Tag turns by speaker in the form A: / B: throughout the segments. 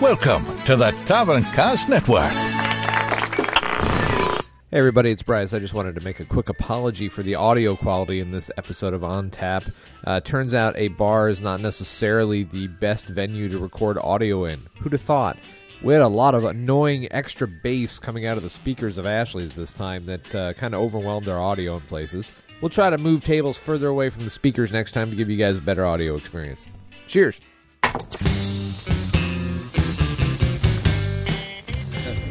A: Welcome to the Tavern Cast Network.
B: Hey everybody, it's Bryce. I just wanted to make a quick apology for the audio quality in this episode of On Tap. Uh, turns out a bar is not necessarily the best venue to record audio in. Who'd have thought? We had a lot of annoying extra bass coming out of the speakers of Ashley's this time that uh, kind of overwhelmed our audio in places. We'll try to move tables further away from the speakers next time to give you guys a better audio experience. Cheers.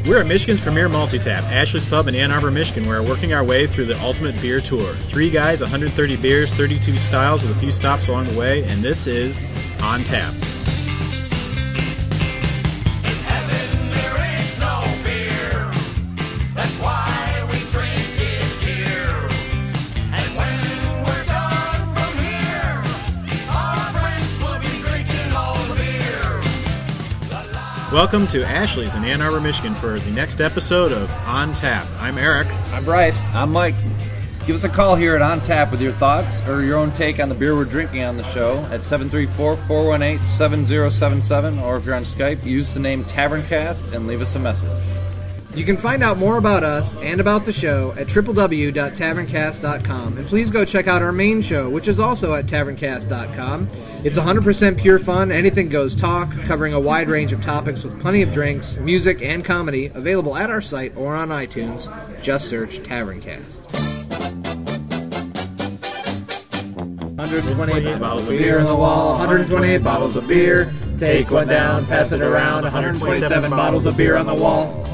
C: We're at Michigan's premier multi-tap, Ashley's Pub in Ann Arbor, Michigan. We're working our way through the ultimate beer tour. Three guys, 130 beers, 32 styles, with a few stops along the way, and this is On Tap.
D: There is no beer. That's why we drink it here. And when we're done from here, all our friends will be drinking all the beer.
C: Welcome to Ashley's in Ann Arbor, Michigan for the next episode of On Tap. I'm Eric.
E: I'm Bryce. I'm Mike. Give us a call here at On Tap with your thoughts or your own take on the beer we're drinking on the show at 734 418 7077, or if you're on Skype, use the name TavernCast and leave us a message.
F: You can find out more about us and about the show at www.taverncast.com. And please go check out our main show, which is also at taverncast.com. It's 100% pure fun, anything goes talk, covering a wide range of topics with plenty of drinks, music, and comedy available at our site or on iTunes. Just search Taverncast.
C: 128 bottles of
F: Beer on the wall, 128 bottles of beer. Take one down, pass it around,
C: 127 bottles of beer on the wall.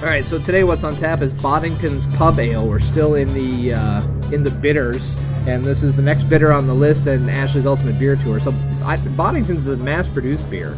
F: All right, so today what's on tap is Boddington's Pub Ale. We're still in the uh, in the bitters, and this is the next bitter on the list and Ashley's Ultimate Beer Tour. So I, Boddington's is a mass-produced beer,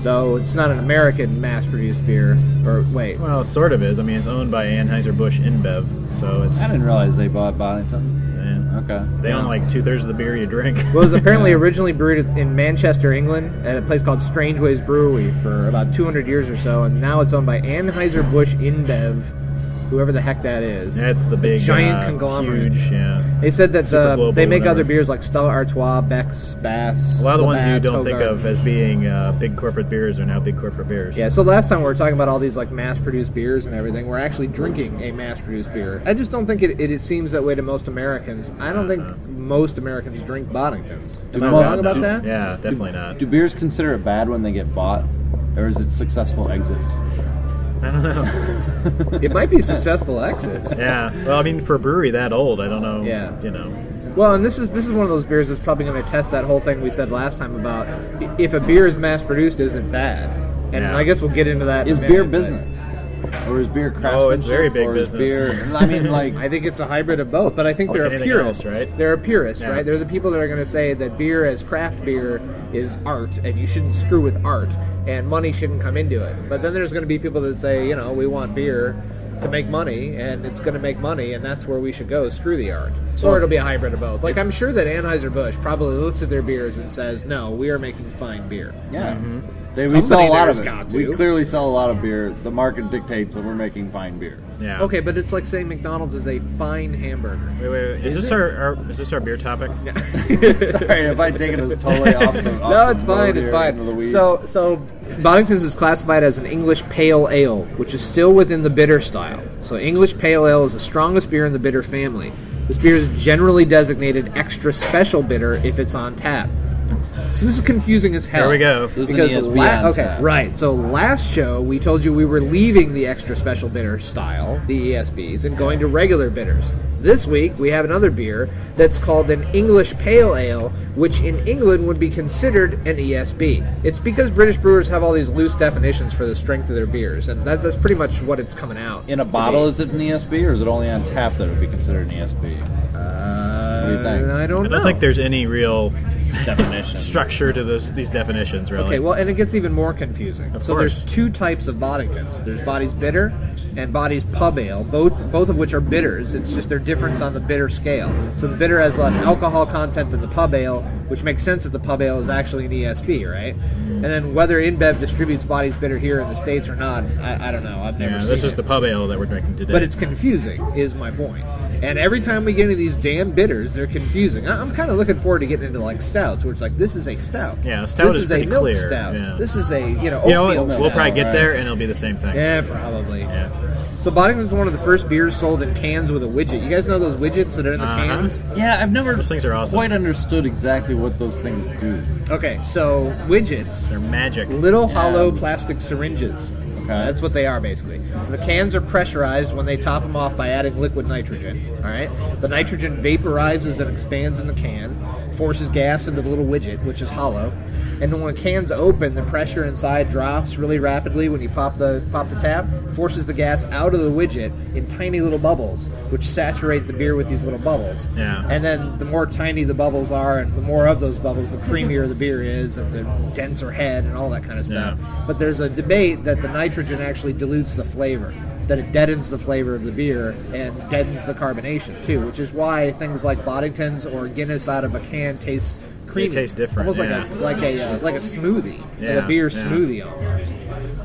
F: though it's not an American mass-produced beer. Or wait,
C: Well, it sort of is. I mean, it's owned by Anheuser-Busch InBev, so it's...
F: Oh,
E: I didn't realize they bought Bonington.
C: man,
E: Okay.
C: They own like two-thirds of the beer you drink.
F: well, it was apparently originally brewed in Manchester, England, at a place called Strangeways Brewery for about 200 years or so, and now it's owned by Anheuser-Busch InBev, whoever the heck that is.
C: That's the big,
F: giant
C: uh,
F: conglomerate.
C: Huge, yeah.
F: They said that
C: Super
F: uh,
C: global,
F: they make
C: whatever.
F: other beers like Stella Artois, Beck's, Bass.
C: A lot of the ones you
F: Labatt's,
C: don't think
F: Hogarth.
C: of as being uh, big corporate beers are now big corporate beers.
F: Yeah, so last time we were talking about all these like mass-produced beers and everything. We're actually drinking a mass-produced beer. I just don't think it, it, it seems that way to most Americans. I don't
C: Uh-huh.
F: think most Americans drink Boddingtons. Am I
E: most-
F: wrong about
E: do-
F: that?
C: Yeah, definitely not.
E: Do beers consider it bad when they get bought, or is it successful exits?
C: I don't know.
F: It might be successful exits.
C: yeah. Well, I mean, for a brewery that old, I don't know.
F: Yeah.
C: You know.
F: Well, and this is this is one of those beers that's probably going to test that whole thing we said last time about i- if a beer is mass-produced, isn't bad. And
C: Yeah.
F: I guess we'll get into that. in
E: Is
F: a
E: beer
F: minute, but
E: business? Or is beer craftsmanship?
C: Oh, it's very big
E: or is
C: business.
E: Beer, I mean, like,
F: I think it's a hybrid of both, but I think
C: Like
F: they're a
C: anything
F: purist,
C: else, right?
F: They're a purist,
C: Yeah.
F: right? They're the people that are going to say that beer as craft beer is art, and you shouldn't screw with art, and money shouldn't come into it. But then there's going to be people that say, you know, we want beer to make money, and it's going to make money, and that's where we should go. Screw the art. or it'll be a hybrid of both. Like I'm sure that Anheuser Busch probably looks at their beers and says, no, we are making fine beer.
E: Yeah. They, we
F: Mm-hmm. Somebody
E: sell a lot
F: there's
E: of
F: got
E: it.
F: to.
E: We clearly sell a lot of beer. The market dictates that we're making fine beer.
C: Yeah.
F: Okay, but it's like saying McDonald's is a fine hamburger.
C: Wait, wait, wait. Is, this our, our is this our beer topic?
E: Sorry if I take it as totally off the. Off
F: No,
E: the
F: it's fine.
E: road
F: It's
E: here into the
F: fine.
E: weeds.
F: So, so Boddington's is classified as an English pale ale, which is still within the bitter style. So, English pale ale is the strongest beer in the bitter family. This beer is generally designated extra special bitter if it's on tap. So this is confusing as hell.
C: There we go.
E: This is an E
F: Because
E: ESB
F: la-
E: on
F: okay,
E: tap.
F: right. So last show we told you we were leaving the extra special bitter style, the ESBs, and going to regular bitters. This week we have another beer that's called an English Pale Ale, which in England would be considered an ESB. It's because British brewers have all these loose definitions for the strength of their beers, and that, that's pretty much what it's coming out
E: In a
F: to
E: bottle,
F: be.
E: is it an ESB or is it only on tap that it would be considered an E ESB?
F: Uh,
E: What do you think?
F: I don't know.
C: I don't think there's any real
E: Definition.
C: structure to this these definitions, really.
F: Okay, well, and it gets even more confusing.
C: Of
F: so
C: course.
F: there's two types of Boddingtons. There's Body's Bitter and Body's Pub Ale, both both of which are bitters. It's just their difference on the bitter scale. So the bitter has less alcohol content than the pub ale, which makes sense if the pub ale is actually an ESB, right? And then whether InBev distributes Body's Bitter here in the States or not, I, I don't know. I've never
C: yeah,
F: seen
C: this is
F: it.
C: the pub ale that we're drinking today.
F: But it's confusing, is my point. And every time we get into these damn bitters, they're confusing. I- I'm kind of looking forward to getting into like stouts, where it's like this is a stout.
C: Yeah, a stout
F: this
C: is
F: a
C: pretty
F: milk
C: clear,
F: stout.
C: yeah.
F: This is a you know
C: You know
F: oatmeal
C: what? We'll
F: stout.
C: probably get
E: right.
C: there, and it'll be the same thing.
F: yeah, probably.
C: Yeah.
F: So Boddington was one of the first beers sold in cans with a widget. You guys know those widgets that are in the
C: Uh-huh.
F: cans?
E: Yeah, I've never
C: Those things are awesome.
E: quite understood exactly what those things do.
F: Okay, so widgets.
C: They're magic.
F: Little
E: Yeah.
F: hollow plastic syringes.
E: Okay.
F: That's what they are basically. So the cans are pressurized when they top them off by adding liquid nitrogen. All right. The nitrogen vaporizes and expands in the can, forces gas into the little widget, which is hollow. And then when the can's open, the pressure inside drops really rapidly when you pop the pop the tap, forces the gas out of the widget in tiny little bubbles, which saturate the beer with these little bubbles.
C: Yeah.
F: And then the more tiny the bubbles are, and the more of those bubbles, the creamier the beer is, and the denser head, and all that kind of stuff.
C: Yeah.
F: But there's a debate that the nitrogen actually dilutes the flavor, that it deadens the flavor of the beer and deadens the carbonation too, which is why things like Boddington's or Guinness out of a can taste creamy,
C: taste different,
F: almost
C: yeah.
F: like a like a uh, like a smoothie, like
C: Yeah,
F: a beer
C: yeah.
F: smoothie almost.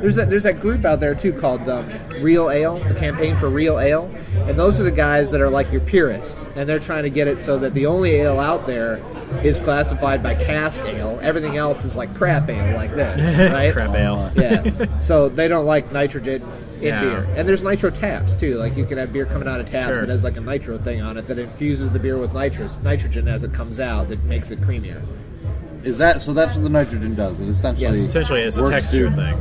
F: There's that there's that group out there too called um, Real Ale, the campaign for Real Ale, and those are the guys that are like your purists, and they're trying to get it so that the only ale out there is classified by cask ale. Everything else is like crap ale, like this, right?
C: Crap ale.
F: Yeah. so they don't like nitrogen in
C: Yeah.
F: beer, and there's nitro taps too. Like you can have beer coming out of taps
C: Sure.
F: that has like a nitro thing on it that infuses the beer with nitrous nitrogen as it comes out that makes it creamier.
E: Is that so? That's what the nitrogen does. It essentially
F: Yes.
C: Essentially, it's a
E: works
C: texture
E: to
C: thing.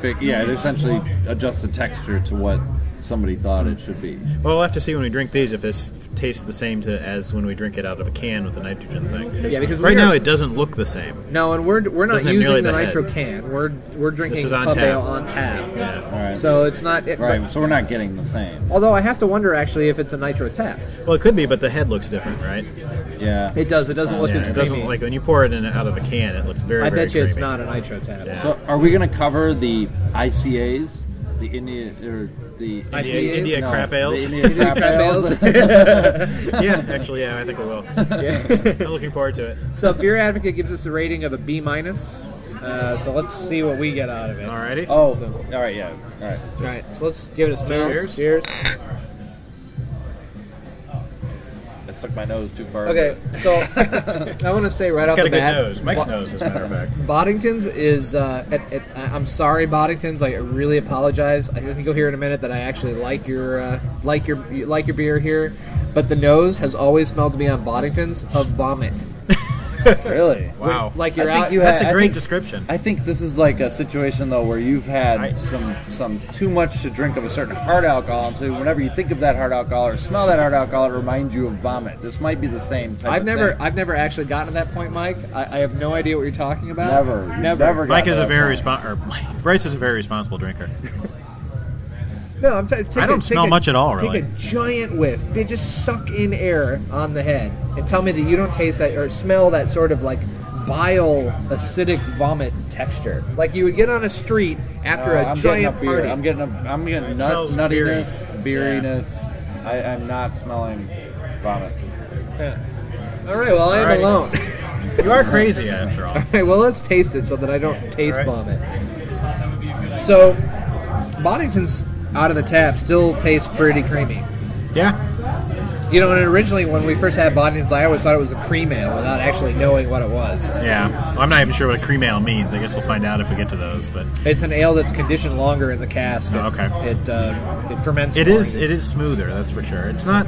E: fi- yeah, it essentially adjusts the texture to what somebody thought it should be.
C: Well, we'll have to see when we drink these if this tastes the same to as when we drink it out of a can with the nitrogen thing.
F: Yeah, because
C: right
F: we are-
C: now it doesn't look the same.
F: No, and we're we're not
C: Doesn't have nearly
F: using the
C: the head.
F: nitro can. We're we're drinking
C: is on
F: pub
C: tap.
F: ale on tap.
C: Yeah.
E: All right.
F: So it's not. It,
E: right.
F: but-
E: So we're not getting the same.
F: although I have to wonder actually if it's a nitro tap.
C: Well, it could be, but the head looks different, right?
E: Yeah.
F: It does. It doesn't look
C: Yeah,
F: as
C: it
F: creamy.
C: doesn't like when you pour it in out of a can. It looks very.
F: I
C: very
F: bet you it's
C: creamy.
F: not a nitro tap.
C: Yeah.
E: So are we going to cover the ICAs, the India or the
C: India,
F: IPAs?
C: India
E: no,
C: crap ales.
E: The India crap
F: crap
E: ales.
C: yeah, actually, yeah, I think we will.
F: Yeah.
C: I'm looking forward to it.
F: so Beer Advocate gives us a rating of a B minus. Uh, so let's see what we get out of it.
C: Alrighty.
E: oh, all right. Yeah. All right.
F: All right. So let's give it a smell.
C: Cheers.
F: Cheers.
E: I stuck my nose too far.
F: Okay. So I want to say right
C: it's
F: off
C: got
F: the
C: a good
F: bat,
C: nose. Mike's
F: Bo-
C: nose, as a matter of fact.
F: Boddington's is. Uh, at, at, I- I'm sorry, Boddington's. Like, I really apologize. I think you'll hear in a minute that I actually like your uh, like your like your beer here, but the nose has always smelled to me on Boddington's of vomit.
E: Really?
C: Wow.
F: Like you're
E: I think
F: out.
E: you
C: That's
E: I
C: a great
E: think-
C: description.
E: I think this is like a situation though where you've had
C: I-
E: some some too much to drink of a certain hard alcohol, and so whenever you think of that hard alcohol or smell that hard alcohol, it reminds you of vomit. This might be the same. Type
F: I've
E: of
F: never,
E: thing.
F: I've never actually gotten to that point, Mike. I, I have no idea what you're talking about.
E: never, You've
F: never.
E: never.
C: Mike
E: got
C: is
E: that
C: a very
E: alcohol.
C: respon or Mike, Bryce is a very responsible drinker.
F: No, I'm. T- take
C: I
F: a-
C: don't
F: take
C: smell
F: a-
C: much at all, really.
F: Take a giant whiff. Dude, Just suck in air on the head and tell me that you don't taste that or smell that sort of like bile, acidic vomit texture, like you would get on a street after
E: No,
F: a
E: Uh, I'm getting
F: giant
E: up
F: party.
E: Beer. I'm getting a, I'm getting
C: It
E: nut,
C: smells
E: nuttiness,
C: beery.
E: beeriness. I, I'm not smelling vomit.
F: All right. Well, I am
C: Alrighty.
F: alone.
C: You are crazy after all.
F: All right. Well, let's taste it so that I don't taste
C: Alright.
F: vomit. So, Boddington's out of the tap still tastes pretty creamy.
C: Yeah.
F: You know, and originally when we first had Boddington's, I always thought it was a cream ale without actually knowing what it was.
C: Yeah. Well, I'm not even sure what a cream ale means. I guess we'll find out if we get to those. But
F: It's an ale that's conditioned longer in the cask.
C: Oh, okay.
F: It uh, it ferments.
C: it
F: more.
C: is it is smoother. That's for sure. It's not.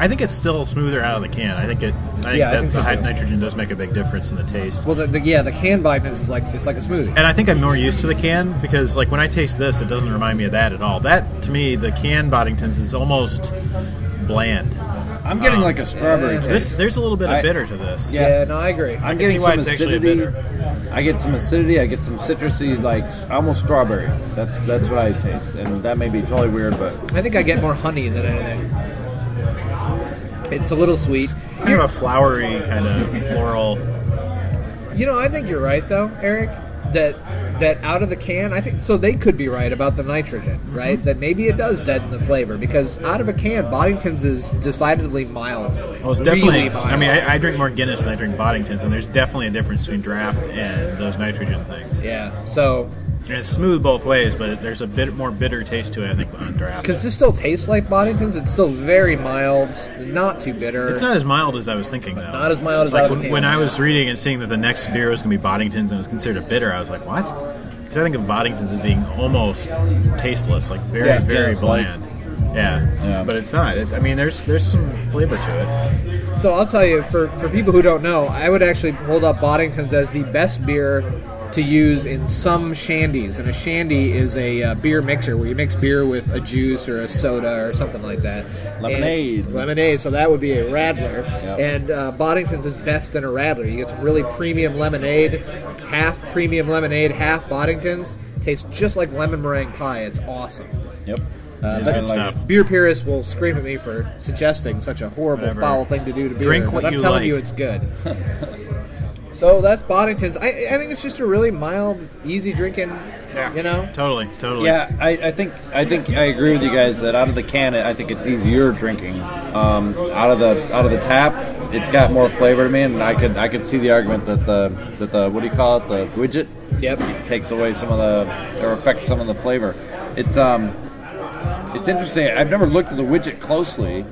C: I think it's still smoother out of the can. I think it. I think
F: Yeah, I
C: that
F: think
C: the
F: so,
C: high
F: too.
C: nitrogen does make a big difference in the taste.
F: Well, the, the, yeah, the can Boddington's is like it's like a smoothie.
C: And I think I'm more used to the can because, like, when I taste this, it doesn't remind me of that at all. That to me, the can Boddingtons is almost bland.
E: I'm getting
C: Um,
E: like a strawberry
F: yeah.
E: taste.
C: This there's a little bit of
E: I-
C: bitter to this.
E: Yeah.
F: Yeah, no, I agree.
E: I'm
C: can
E: getting
C: see why
E: some
C: it's actually a
E: acidity.
C: bitter.
E: I get some acidity. I get some citrusy, like almost strawberry. That's that's what I taste, and that may be totally weird, but
F: I think I get more honey than anything. It's a little sweet.
C: kind of a flowery kind of floral.
F: You know, I think you're right though, Eric. That that out of the can, I think so. They could be right about the nitrogen,
C: Mm-hmm.
F: right? That maybe it does deaden the flavor because out of a can, Boddington's is decidedly mild.
C: Well, Oh, it's definitely.
F: Really mild.
C: I mean, I, I drink more Guinness than I drink Boddingtons, and there's definitely a difference between draft and those nitrogen things.
F: Yeah. So
C: And it's smooth both ways, but there's a bit more bitter taste to it, I think, on draft.
F: Because this still tastes like Boddington's. It's still very mild, not too bitter.
C: It's not as mild as I was thinking, though.
F: Not as mild as I
C: like
F: would
C: when,
F: think.
C: when I was reading and seeing that the next beer was going to be Boddington's and it was considered a bitter, I was like, what? Because I think of Boddington's as being almost tasteless, like very,
E: Yeah,
C: very
E: tasteless, like-
C: bland. Yeah.
E: Yeah.
C: but it's not. It, I mean, there's there's some flavor to it.
F: So I'll tell you, for, for people who don't know, I would actually hold up Boddington's as the best beer to use in some shandies. And a shandy is a uh, beer mixer where you mix beer with a juice or a soda or something like that. And-
E: Lemonade.
F: lemonade, so that would be a Radler.
E: Yep.
F: And uh, Boddington's is best in a Radler. You get some really premium lemonade, half premium lemonade, half Boddington's. Tastes just like lemon meringue pie. It's awesome.
E: Yep.
F: Uh,
C: It's
F: but
C: good stuff.
F: Beer purists will scream at me for suggesting such a horrible,
C: Whatever.
F: foul thing to do to beer.
C: Drink
F: but
C: what
F: I'm
C: you
F: telling
C: like.
F: you, it's good. so that's Boddington's. I, I think it's just a really mild, easy drinking. You know,
C: Totally, totally.
E: Yeah, I, I think I think I agree with you guys that out of the can, I think it's easier drinking. Um, out of the out of the tap, it's got more flavor to me, and I could I could see the argument that the that the what do you call it the widget
F: Yep.
E: takes away some of the or affects some of the flavor. It's um, it's interesting. I've never looked at the widget closely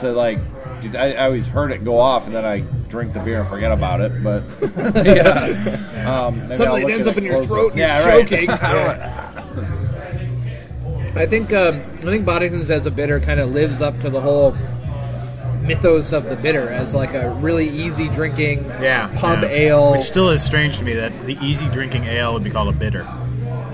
E: to like. did- I, I always heard it go off, and then I drink the beer and forget about it. But yeah, um, maybe I'll
F: Suddenly it
E: look
F: ends
E: at
F: up in your
E: closer.
F: throat and
E: yeah,
F: you're
E: right.
F: choking.
E: I don't
F: Yeah.
E: want-
F: I think um, I think Boddington's as a bitter kind of lives up to the whole mythos of the bitter as like a really easy drinking
C: Yeah.
F: pub
C: yeah.
F: ale.
C: Which still is strange to me that the easy drinking ale would be called a bitter.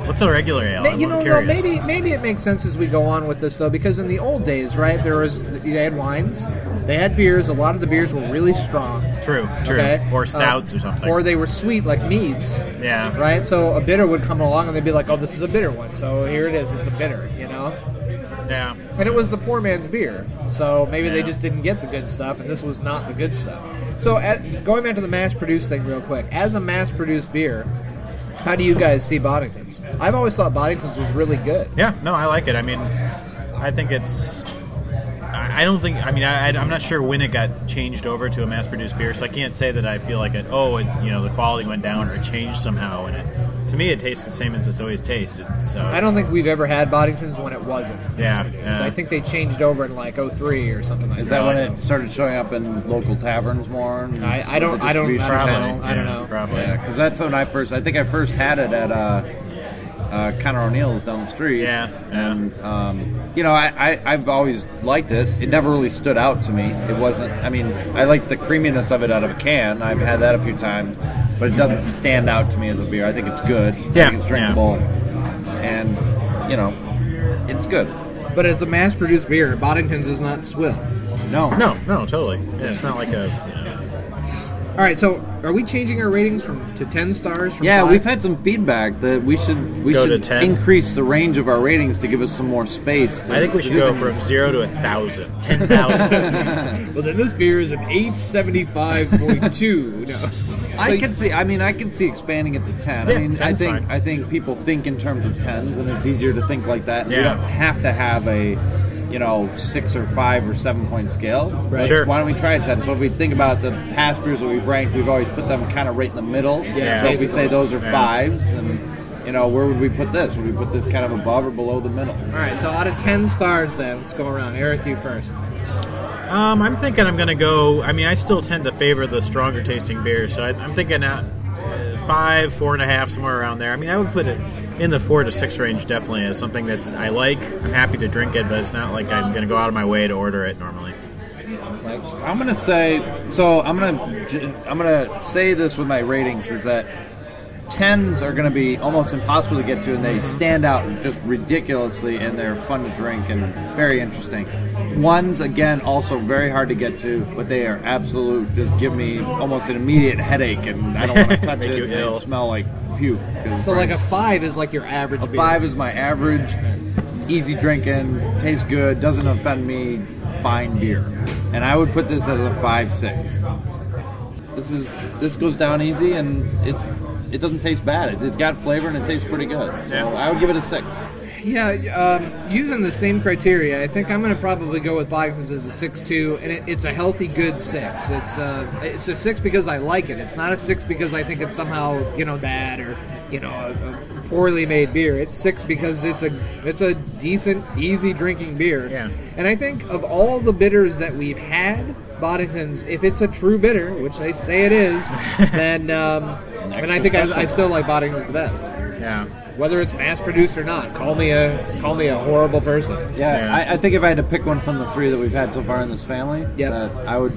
C: What's a regular ale?
F: Ma-
C: I'm
F: you know, though,
C: curious.
F: maybe maybe it makes sense as we go on with this though, because in the old days, right, there was they had wines, they had beers. A lot of the beers were really strong,
C: True, true.
F: okay,
C: Or stouts
F: Um,
C: or something.
F: or they were sweet like meads,
C: yeah.
F: right? So a bitter would come along and they'd be like, "Oh, this is a bitter one." So here it is, it's a bitter, you know.
C: Yeah.
F: And it was the poor man's beer, so maybe they
C: Yeah.
F: just didn't get the good stuff, and this was not the good stuff. So at, going back to the mass-produced thing real quick, as a mass-produced beer, how do you guys see Boddington's? I've always thought Boddington's was really good.
C: Yeah, no, I like it. I mean, I think it's. I I don't think. I mean, I, I- I'm not sure when it got changed over to a mass-produced beer, so I can't say that I feel like it. Oh, it, you know, the quality went down or it changed somehow. And it, to me, it tastes the same as it's always tasted. So
F: I don't think we've ever had Boddington's when it wasn't.
C: Yeah, uh, yeah.
F: I think they changed over in like 03 or something like
E: Is that when
F: that.
E: it started showing up in local taverns more? and
F: I- I don't-
E: with the
F: I don't- I don't
E: distribution
F: know.
E: channels?
F: I don't know.
C: Probably.
E: Yeah, because that's when I first. I think I first had it at uh, uh, Connor O'Neill's down the street.
C: Yeah, yeah.
E: And um, you know, I, I I've always liked it. It never really stood out to me. It wasn't. I mean, I like the creaminess of it out of a can. I've had that a few times, but it doesn't stand out to me as a beer. I think it's good. I
C: Yeah,
E: think it's
C: yeah.
E: drinkable, and you know, it's good.
F: But as a mass-produced beer, Boddington's is not swill.
E: No,
C: No, no, totally. Yeah, it's not like a. You know,
F: All right, so are we changing our ratings from to 10 stars? From
E: Yeah,
F: five?
E: we've had some feedback that we should we
C: Go to
E: should
C: 10.
E: increase the range of our ratings to give us some more space. To
C: I think we should
E: do
C: go
E: things.
C: from zero to a thousand, ten thousand.
F: Well, then this beer is an 875.2. no.
E: I can see. I mean, I can see expanding it to ten. I
C: Yeah,
E: mean, I
C: 10's
E: think
C: fine.
E: I think people think in terms of tens, and it's easier to think like that. And We
C: Yeah.
E: don't have to have a you know six or five or seven point scale. Right.
C: Sure.
E: Why don't we try a ten? So if we think about the past beers that we've ranked, we've always put them kind of right in the middle.
C: Yeah.
E: So if we say those are
C: Yeah.
E: fives, and you know, where would we put this? Would we put this kind of above or below the middle?
F: All right, so out of 10 stars, then let's go around. Eric, you first.
C: um, I'm thinking I'm gonna go. I mean, I still tend to favor the stronger tasting beers, so I, I'm thinking uh five, four and a half, somewhere around there. I mean, I would put it in the four to six range definitely as something that's I like. I'm happy to drink it, but it's not like I'm gonna go out of my way to order it normally.
E: I'm gonna say so. I'm gonna j- I'm gonna say this with my ratings is that tens are gonna be almost impossible to get to, and they stand out just ridiculously, and they're fun to drink and very interesting. Ones again also very hard to get to, but they are absolute. Just give me almost an immediate headache, and I don't want to touch
C: Make
E: it.
C: you
E: and
C: ill.
E: They smell like puke.
F: So, like a 5 is like your average
E: A
F: beer.
E: five is my average, easy drinking, tastes good, doesn't offend me, fine beer. And I would put this as a five six. This is this goes down easy and it's it doesn't taste bad. It, it's got flavor and it tastes pretty good. So
C: Yeah.
E: I would give it a six.
F: Yeah, um, using the same criteria, I think I'm going to probably go with Blackman's as a six-two, and it, it's a healthy, good six. It's uh, it's a six because I like it. It's not a six because I think it's somehow you know bad or you know a, a poorly made beer. It's six because it's a it's a decent, easy drinking beer.
C: Yeah.
F: And I think of all the bitters that we've had, Boddington's, if it's a true bitter, which they say it is, then um, and I
C: extra
F: think
C: special.
F: I, I still like Boddington's the best
C: Yeah.
F: whether it's mass produced or not. Call me a call me a horrible person.
E: Yeah,
C: Yeah.
E: I, I think if I had to pick one from the three that we've had so far in this family,
F: Yep.
E: that I would,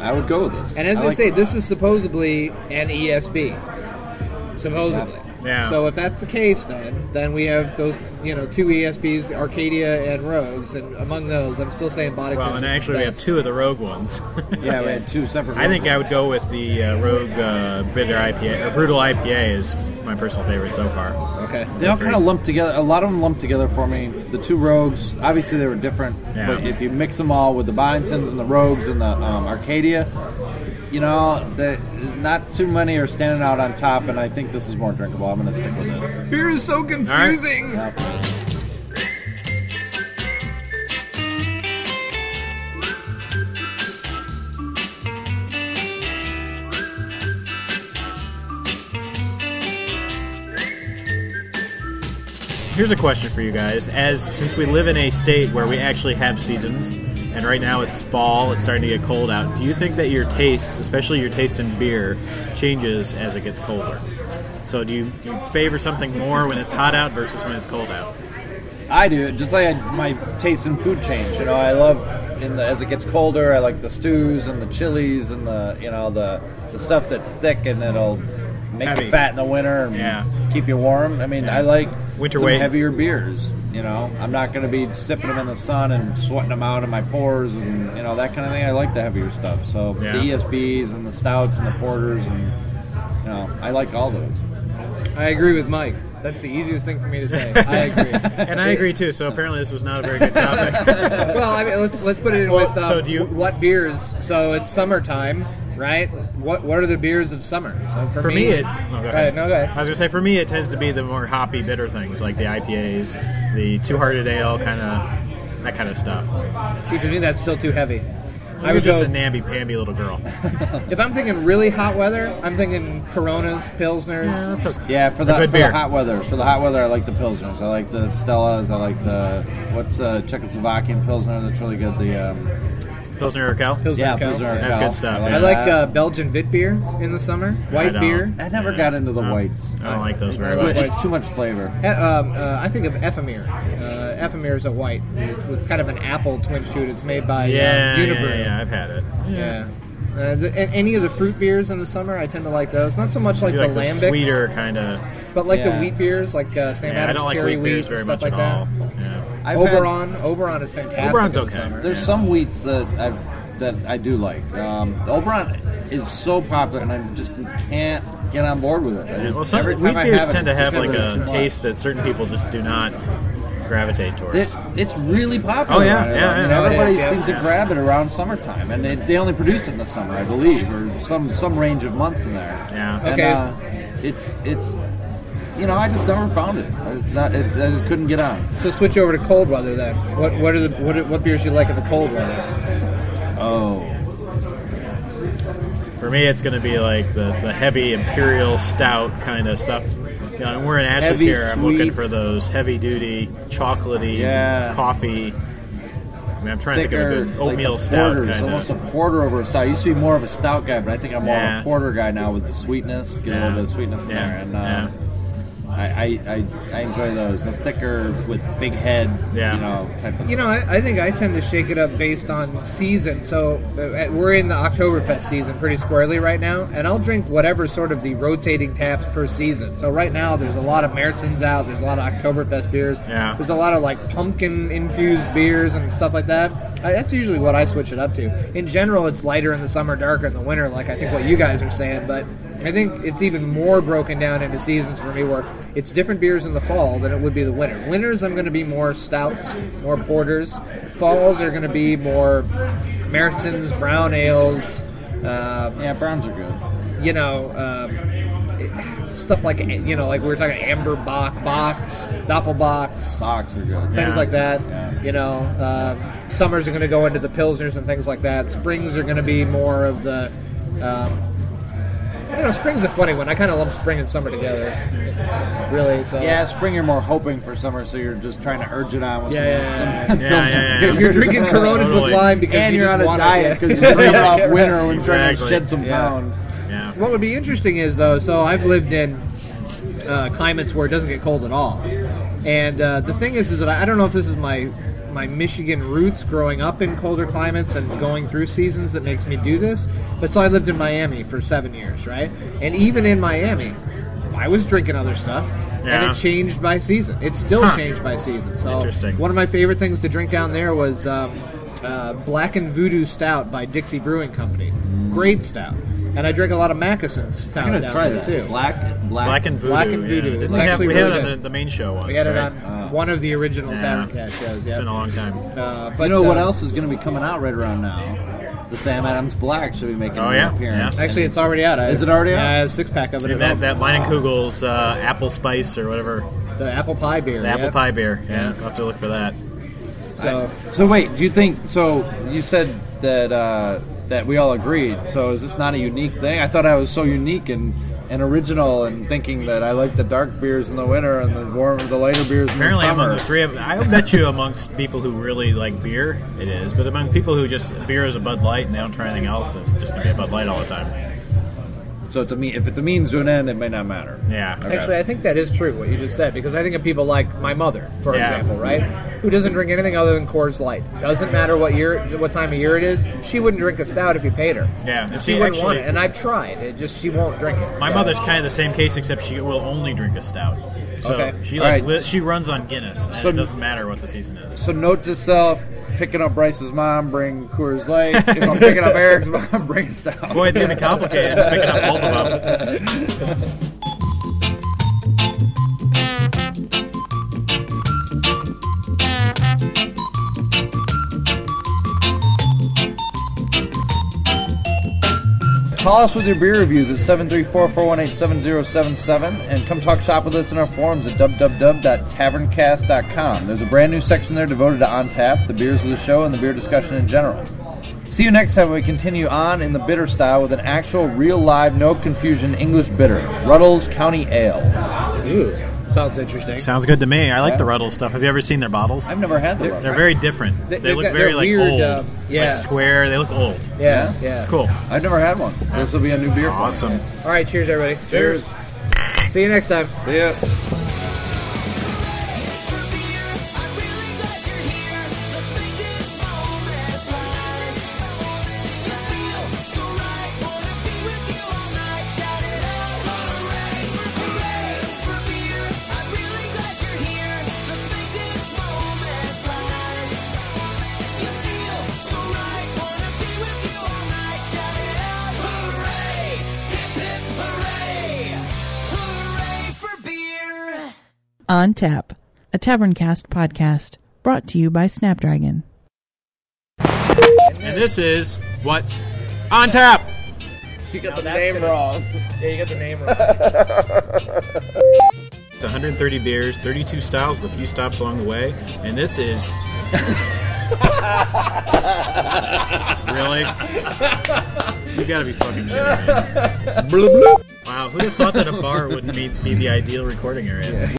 E: I would go with this.
F: And as I,
E: like-
F: say, this is supposedly an ESB, supposedly.
C: Yeah.
F: So if that's the case, then then we have those you know two ESBs, the Arcadia and Rogues, and among those, I'm still saying Bodycon.
C: Well, and actually, we have two of the rogue ones.
E: yeah, we had two separate.
C: I think I would go with the uh, rogue uh, bitter IPA or brutal IPA is my personal favorite so far.
F: Okay.
E: they all
C: the
E: kind of
C: three.
E: lumped together. A lot of them lumped together for me. The two rogues, obviously they were different,
C: Yeah.
E: but if you mix them all with the Boddingtons and the rogues and the um, Arcadia, you know, the, not too many are standing out on top. And I think this is more drinkable. I'm going to stick with this.
F: Beer is so confusing.
E: Yeah.
C: Here's a question for you guys: As since we live in a state where we actually have seasons, and right now it's fall, it's starting to get cold out. Do you think that your tastes, especially your taste in beer, changes as it gets colder? So do you, do you favor something more when it's hot out versus when it's cold out?
E: I do. Just like I, my taste in food change. You know, I love in the as it gets colder. I like the stews and the chilies and the you know the the stuff that's thick and it'll make
C: Heavy.
E: you fat in the winter and
C: Yeah.
E: keep you warm. I mean,
C: Yeah.
E: I like
C: Winter
E: some
C: weight.
E: heavier beers. You know, I'm not going to be sipping them in the sun and sweating them out in my pores and you know that kind of thing. I like the heavier stuff. So
C: Yeah.
E: the ESBs and the stouts and the porters and you know I like all those.
F: I agree with Mike. That's the easiest thing for me to say. I agree.
C: And I agree too. So apparently this was not a very good topic.
F: well, I mean, let's let's put it in
C: Well,
F: with um,
C: so do you-
F: what beers. So it's summertime, right? What what are the beers of summer? So for,
C: For me, it.
F: no,
C: oh,
F: go
C: go
F: ahead. No, go
C: I
F: ahead.
C: was gonna say for me, it tends to be the more hoppy, bitter things like the IPAs, the two-hearted ale, kind of that kind of stuff.
F: See, for me, that's still too heavy. I
C: I was
F: would
C: just
F: go,
C: a namby-pamby little girl.
F: if I'm thinking really hot weather, I'm thinking Coronas, Pilsners.
E: Yeah, for the,
C: A
E: for
C: good
E: the
C: beer.
E: hot weather. For the hot weather, I like the pilsners. I like the Stellas. I like the what's the Czechoslovakian pilsner that's really good. The um,
C: Pilsner Urquell.
F: Pilsner
E: yeah,
F: Urquell.
E: pilsner.
C: That's
E: Urquell.
C: good stuff,
F: I
C: yeah.
F: like uh, Belgian wit beer in the summer. White
C: don't.
F: beer.
E: I never got into the
C: I don't-
E: whites.
C: I don't like those very
E: But
C: much.
E: It's too much flavor.
F: Eh, Um, uh, I think of Ephemere. Uh, Ephemere is a white with, with kind of an apple twinge to it. It's made by
C: Yeah,
F: um,
C: yeah,
F: Unibrew.
C: yeah, I've had it.
F: Yeah. Uh, the, and any of the fruit beers in the summer, I tend to like those. Not so much like
C: See,
F: the
C: like the,
F: lambics,
C: sweeter kind of.
F: but like the
E: Yeah.
F: wheat beers, like uh, Sam
C: Yeah, I
F: Adams
C: don't like
F: cherry
C: wheat beers
F: wheat
C: very
F: and
C: much
F: stuff like
C: at
F: that.
C: all. Yeah.
E: I've had-
F: Oberon, Oberon is fantastic.
C: Oberon's
F: in the
C: okay.
F: summer.
E: there's
C: yeah.
E: some wheats that I that I do like. Um, the Oberon is so popular, and I just can't get on board with it. I
C: Yeah,
E: just-
C: Well, some
E: every time
C: wheat
E: I
C: beers
E: have it,
C: tend to
E: it's just
C: have like
E: never too
C: a
E: much.
C: taste that certain people just do not gravitate towards.
E: It's, it's really popular.
C: Oh, yeah,
E: I don't
C: yeah,
E: know.
C: yeah,
E: everybody
F: it is, yeah.
E: seems to grab it around summertime, and they, they only produce it in the summer, I believe, or some some range of months in there.
C: Yeah.
E: And,
F: Okay.
E: uh, it's it's you know I just never found it. It's not, it, I just couldn't get on.
F: So switch over to cold weather then. What what are the what, are- what beers you like in the cold weather?
E: Oh,
C: For me, it's going to be like the, the heavy imperial stout kind of stuff. You know, and we're in Ashes
E: Heavy,
C: here. I'm looking
E: sweet.
C: for those heavy duty, chocolatey,
E: Yeah.
C: coffee. I mean, I'm trying to
E: thicker
C: think of a good
E: like
C: oatmeal
E: a
C: stout
E: porters,
C: kind
E: almost
C: of.
E: a porter over a stout. I used to be more of a stout guy, but I think I'm more
C: Yeah.
E: of a porter guy now with the sweetness. Get a
C: Yeah.
E: little bit of sweetness in
C: Yeah.
E: there, and uh,
C: Yeah.
E: I, I, I I enjoy those. The thicker with big head,
C: Yeah.
E: you know, type of.
F: You know, I, I think I tend to shake it up based on season. So uh, we're in the Oktoberfest season pretty squarely right now, and I'll drink whatever sort of the rotating taps per season. So right now, there's a lot of Märzen's out. There's a lot of Oktoberfest beers.
C: Yeah.
F: There's a lot of like pumpkin infused beers and stuff like that. I, that's usually what I switch it up to. In general, it's lighter in the summer, darker in the winter, like I think what you guys are saying. But I think it's even more broken down into seasons for me, where it's different beers in the fall than it would be the winter. Winters, I'm going to be more stouts, more porters. Falls are going to be more Märzen's, brown ales. Um,
E: Yeah, browns are good.
F: you know, um, stuff like you know, like we were talking Amber Bach, Box, Doppelbox,
E: Box are good.
F: things
C: Yeah.
F: like that.
E: Yeah.
F: You know, um, summers are going to go into the pilsners and things like that. Springs are going to be more of the. Um, you know, spring's a funny one. I kind of lump spring and summer together, really. So
E: Yeah, spring you're more hoping for summer, so you're just trying to urge it on with
F: Yeah,
E: some.
F: yeah, yeah,
E: some
C: yeah, yeah, yeah.
F: You're drinking Coronas with
C: Totally.
F: lime because
E: and
F: you
E: you're
F: just
E: on a
F: want it,
E: diet
F: yeah.
E: because you freeze off
F: Yeah.
E: winter when trying to
C: Exactly.
E: shed some
F: Yeah.
E: pounds.
C: Yeah.
F: What would be interesting is though, so I've lived in uh, climates where it doesn't get cold at all, and uh, the thing is, is that I I don't know if this is my my Michigan roots growing up in colder climates and going through seasons that makes me do this. But so I lived in Miami for seven years, right? And even in Miami, I was drinking other stuff. And
C: Yeah.
F: it changed by season. It still
C: Huh.
F: changed by season. So
C: Interesting.
F: one of my favorite things to drink down there was um, uh, Black and Voodoo Stout by Dixie Brewing Company. Great stout. And I drink a lot of Mackeson Stout
E: I'm gonna
F: down
E: try
F: there
E: that
F: too.
E: Black, black,
C: Black and Voodoo.
F: Black and Voodoo.
C: Yeah. Didn't
F: It's
C: we have,
F: actually
C: we
F: really
C: had it on
F: good.
C: the, the main show once.
F: we had it
C: right?
F: on one of the original
C: Oh. Yeah.
F: Tavern Cat shows.
C: It's
F: Yeah.
C: been a long time.
F: uh, but,
E: You know what
F: uh,
E: else is going to be coming out right around now? The Sam Adams Black should be making
C: Oh,
E: an
C: yeah,
E: appearance.
C: yeah.
F: Actually, it's already out. I-
E: Is it already out?
F: Yeah, I have a six pack of it.
C: And
F: at
C: that,
F: home.
C: that Line and Kugel's uh, apple spice or whatever,
F: the apple pie beer.
C: the apple
F: yeah.
C: pie beer. Yeah,
F: Yeah.
C: I'll have to look for that.
F: So
E: So wait, do you think? So you said that uh, that we all agreed. So is this not a unique thing? I thought I was so unique and, and original and thinking that I like the dark beers in the winter and the warm, the lighter beers in
C: Apparently,
E: the summer.
C: among the three of, I bet you amongst people who really like beer, it is. But among people who just beer is a Bud Light and they don't try anything else, it's just gonna be a Bud Light all the time.
E: so it's a me- if it's a means to an end, it may not matter.
C: Yeah.
F: Actually, I think that is true what you just said because I think of people like my mother, for
C: Yeah.
F: example, right? Who doesn't drink anything other than Coors Light. Doesn't matter what year, what time of year it is. She wouldn't drink a stout if you paid her.
C: Yeah, and
F: she
C: see,
F: wouldn't want
C: actually-
F: it. And I've tried. It just she won't drink it.
C: My
F: So-
C: mother's kind of the same case, except she will only drink a stout. So
F: Okay.
C: she
E: All
C: like
E: right.
C: li- she runs on Guinness, and
E: So-
C: it doesn't matter what the season is.
E: So note to self: picking up Bryce's mom, bring Coors Light. if I'm picking up Eric's mom, bring Stout.
C: Boy, it's gonna be complicated picking up both of them.
E: Call us with your beer reviews at 734-418-7077 and come talk shop with us in our forums at www.taverncast.com. There's a brand new section there devoted to On Tap, the beers of the show, and the beer discussion in general. See you next time when we continue on in the bitter style with an actual, real, live, no confusion English bitter, Ruddles County Ale.
F: Ooh, sounds interesting.
C: Sounds good to me. I like the Ruddle stuff. Have you ever seen their bottles?
E: I've never had the
C: They're
E: Ruddles.
C: very different.
F: They-
C: They,
F: they've
C: look
F: got-
C: very
F: they're
C: like
F: weird,
C: old,
F: uh, yeah.
C: like square. They look old.
F: Yeah, yeah.
C: It's cool.
E: I've never had one. So this will be a new beer. for me.
C: Awesome.
F: All right, cheers, everybody.
E: Cheers.
F: See you next time.
E: See ya.
D: I'm really glad you're here. Let's make this moment last. You feel so right. Wanna be with you all night. Shout it out. Hooray for beer. For beer. I'm really glad you're here. Let's make this moment last. You feel so right. Wanna be with you all night. Shout it out. Hooray. Hip hip hooray. Hooray for beer.
G: On Tap, a Taverncast podcast brought to you by Snapdragon.
C: And this is what's on tap.
E: You got
F: the name
E: wrong.
F: Yeah, you got the name right.
C: It's 130 beers, 32 styles, with a few stops along the way, and this is. really? You gotta be fucking kidding me. Wow, who'd have thought that a bar wouldn't be, be the ideal recording area?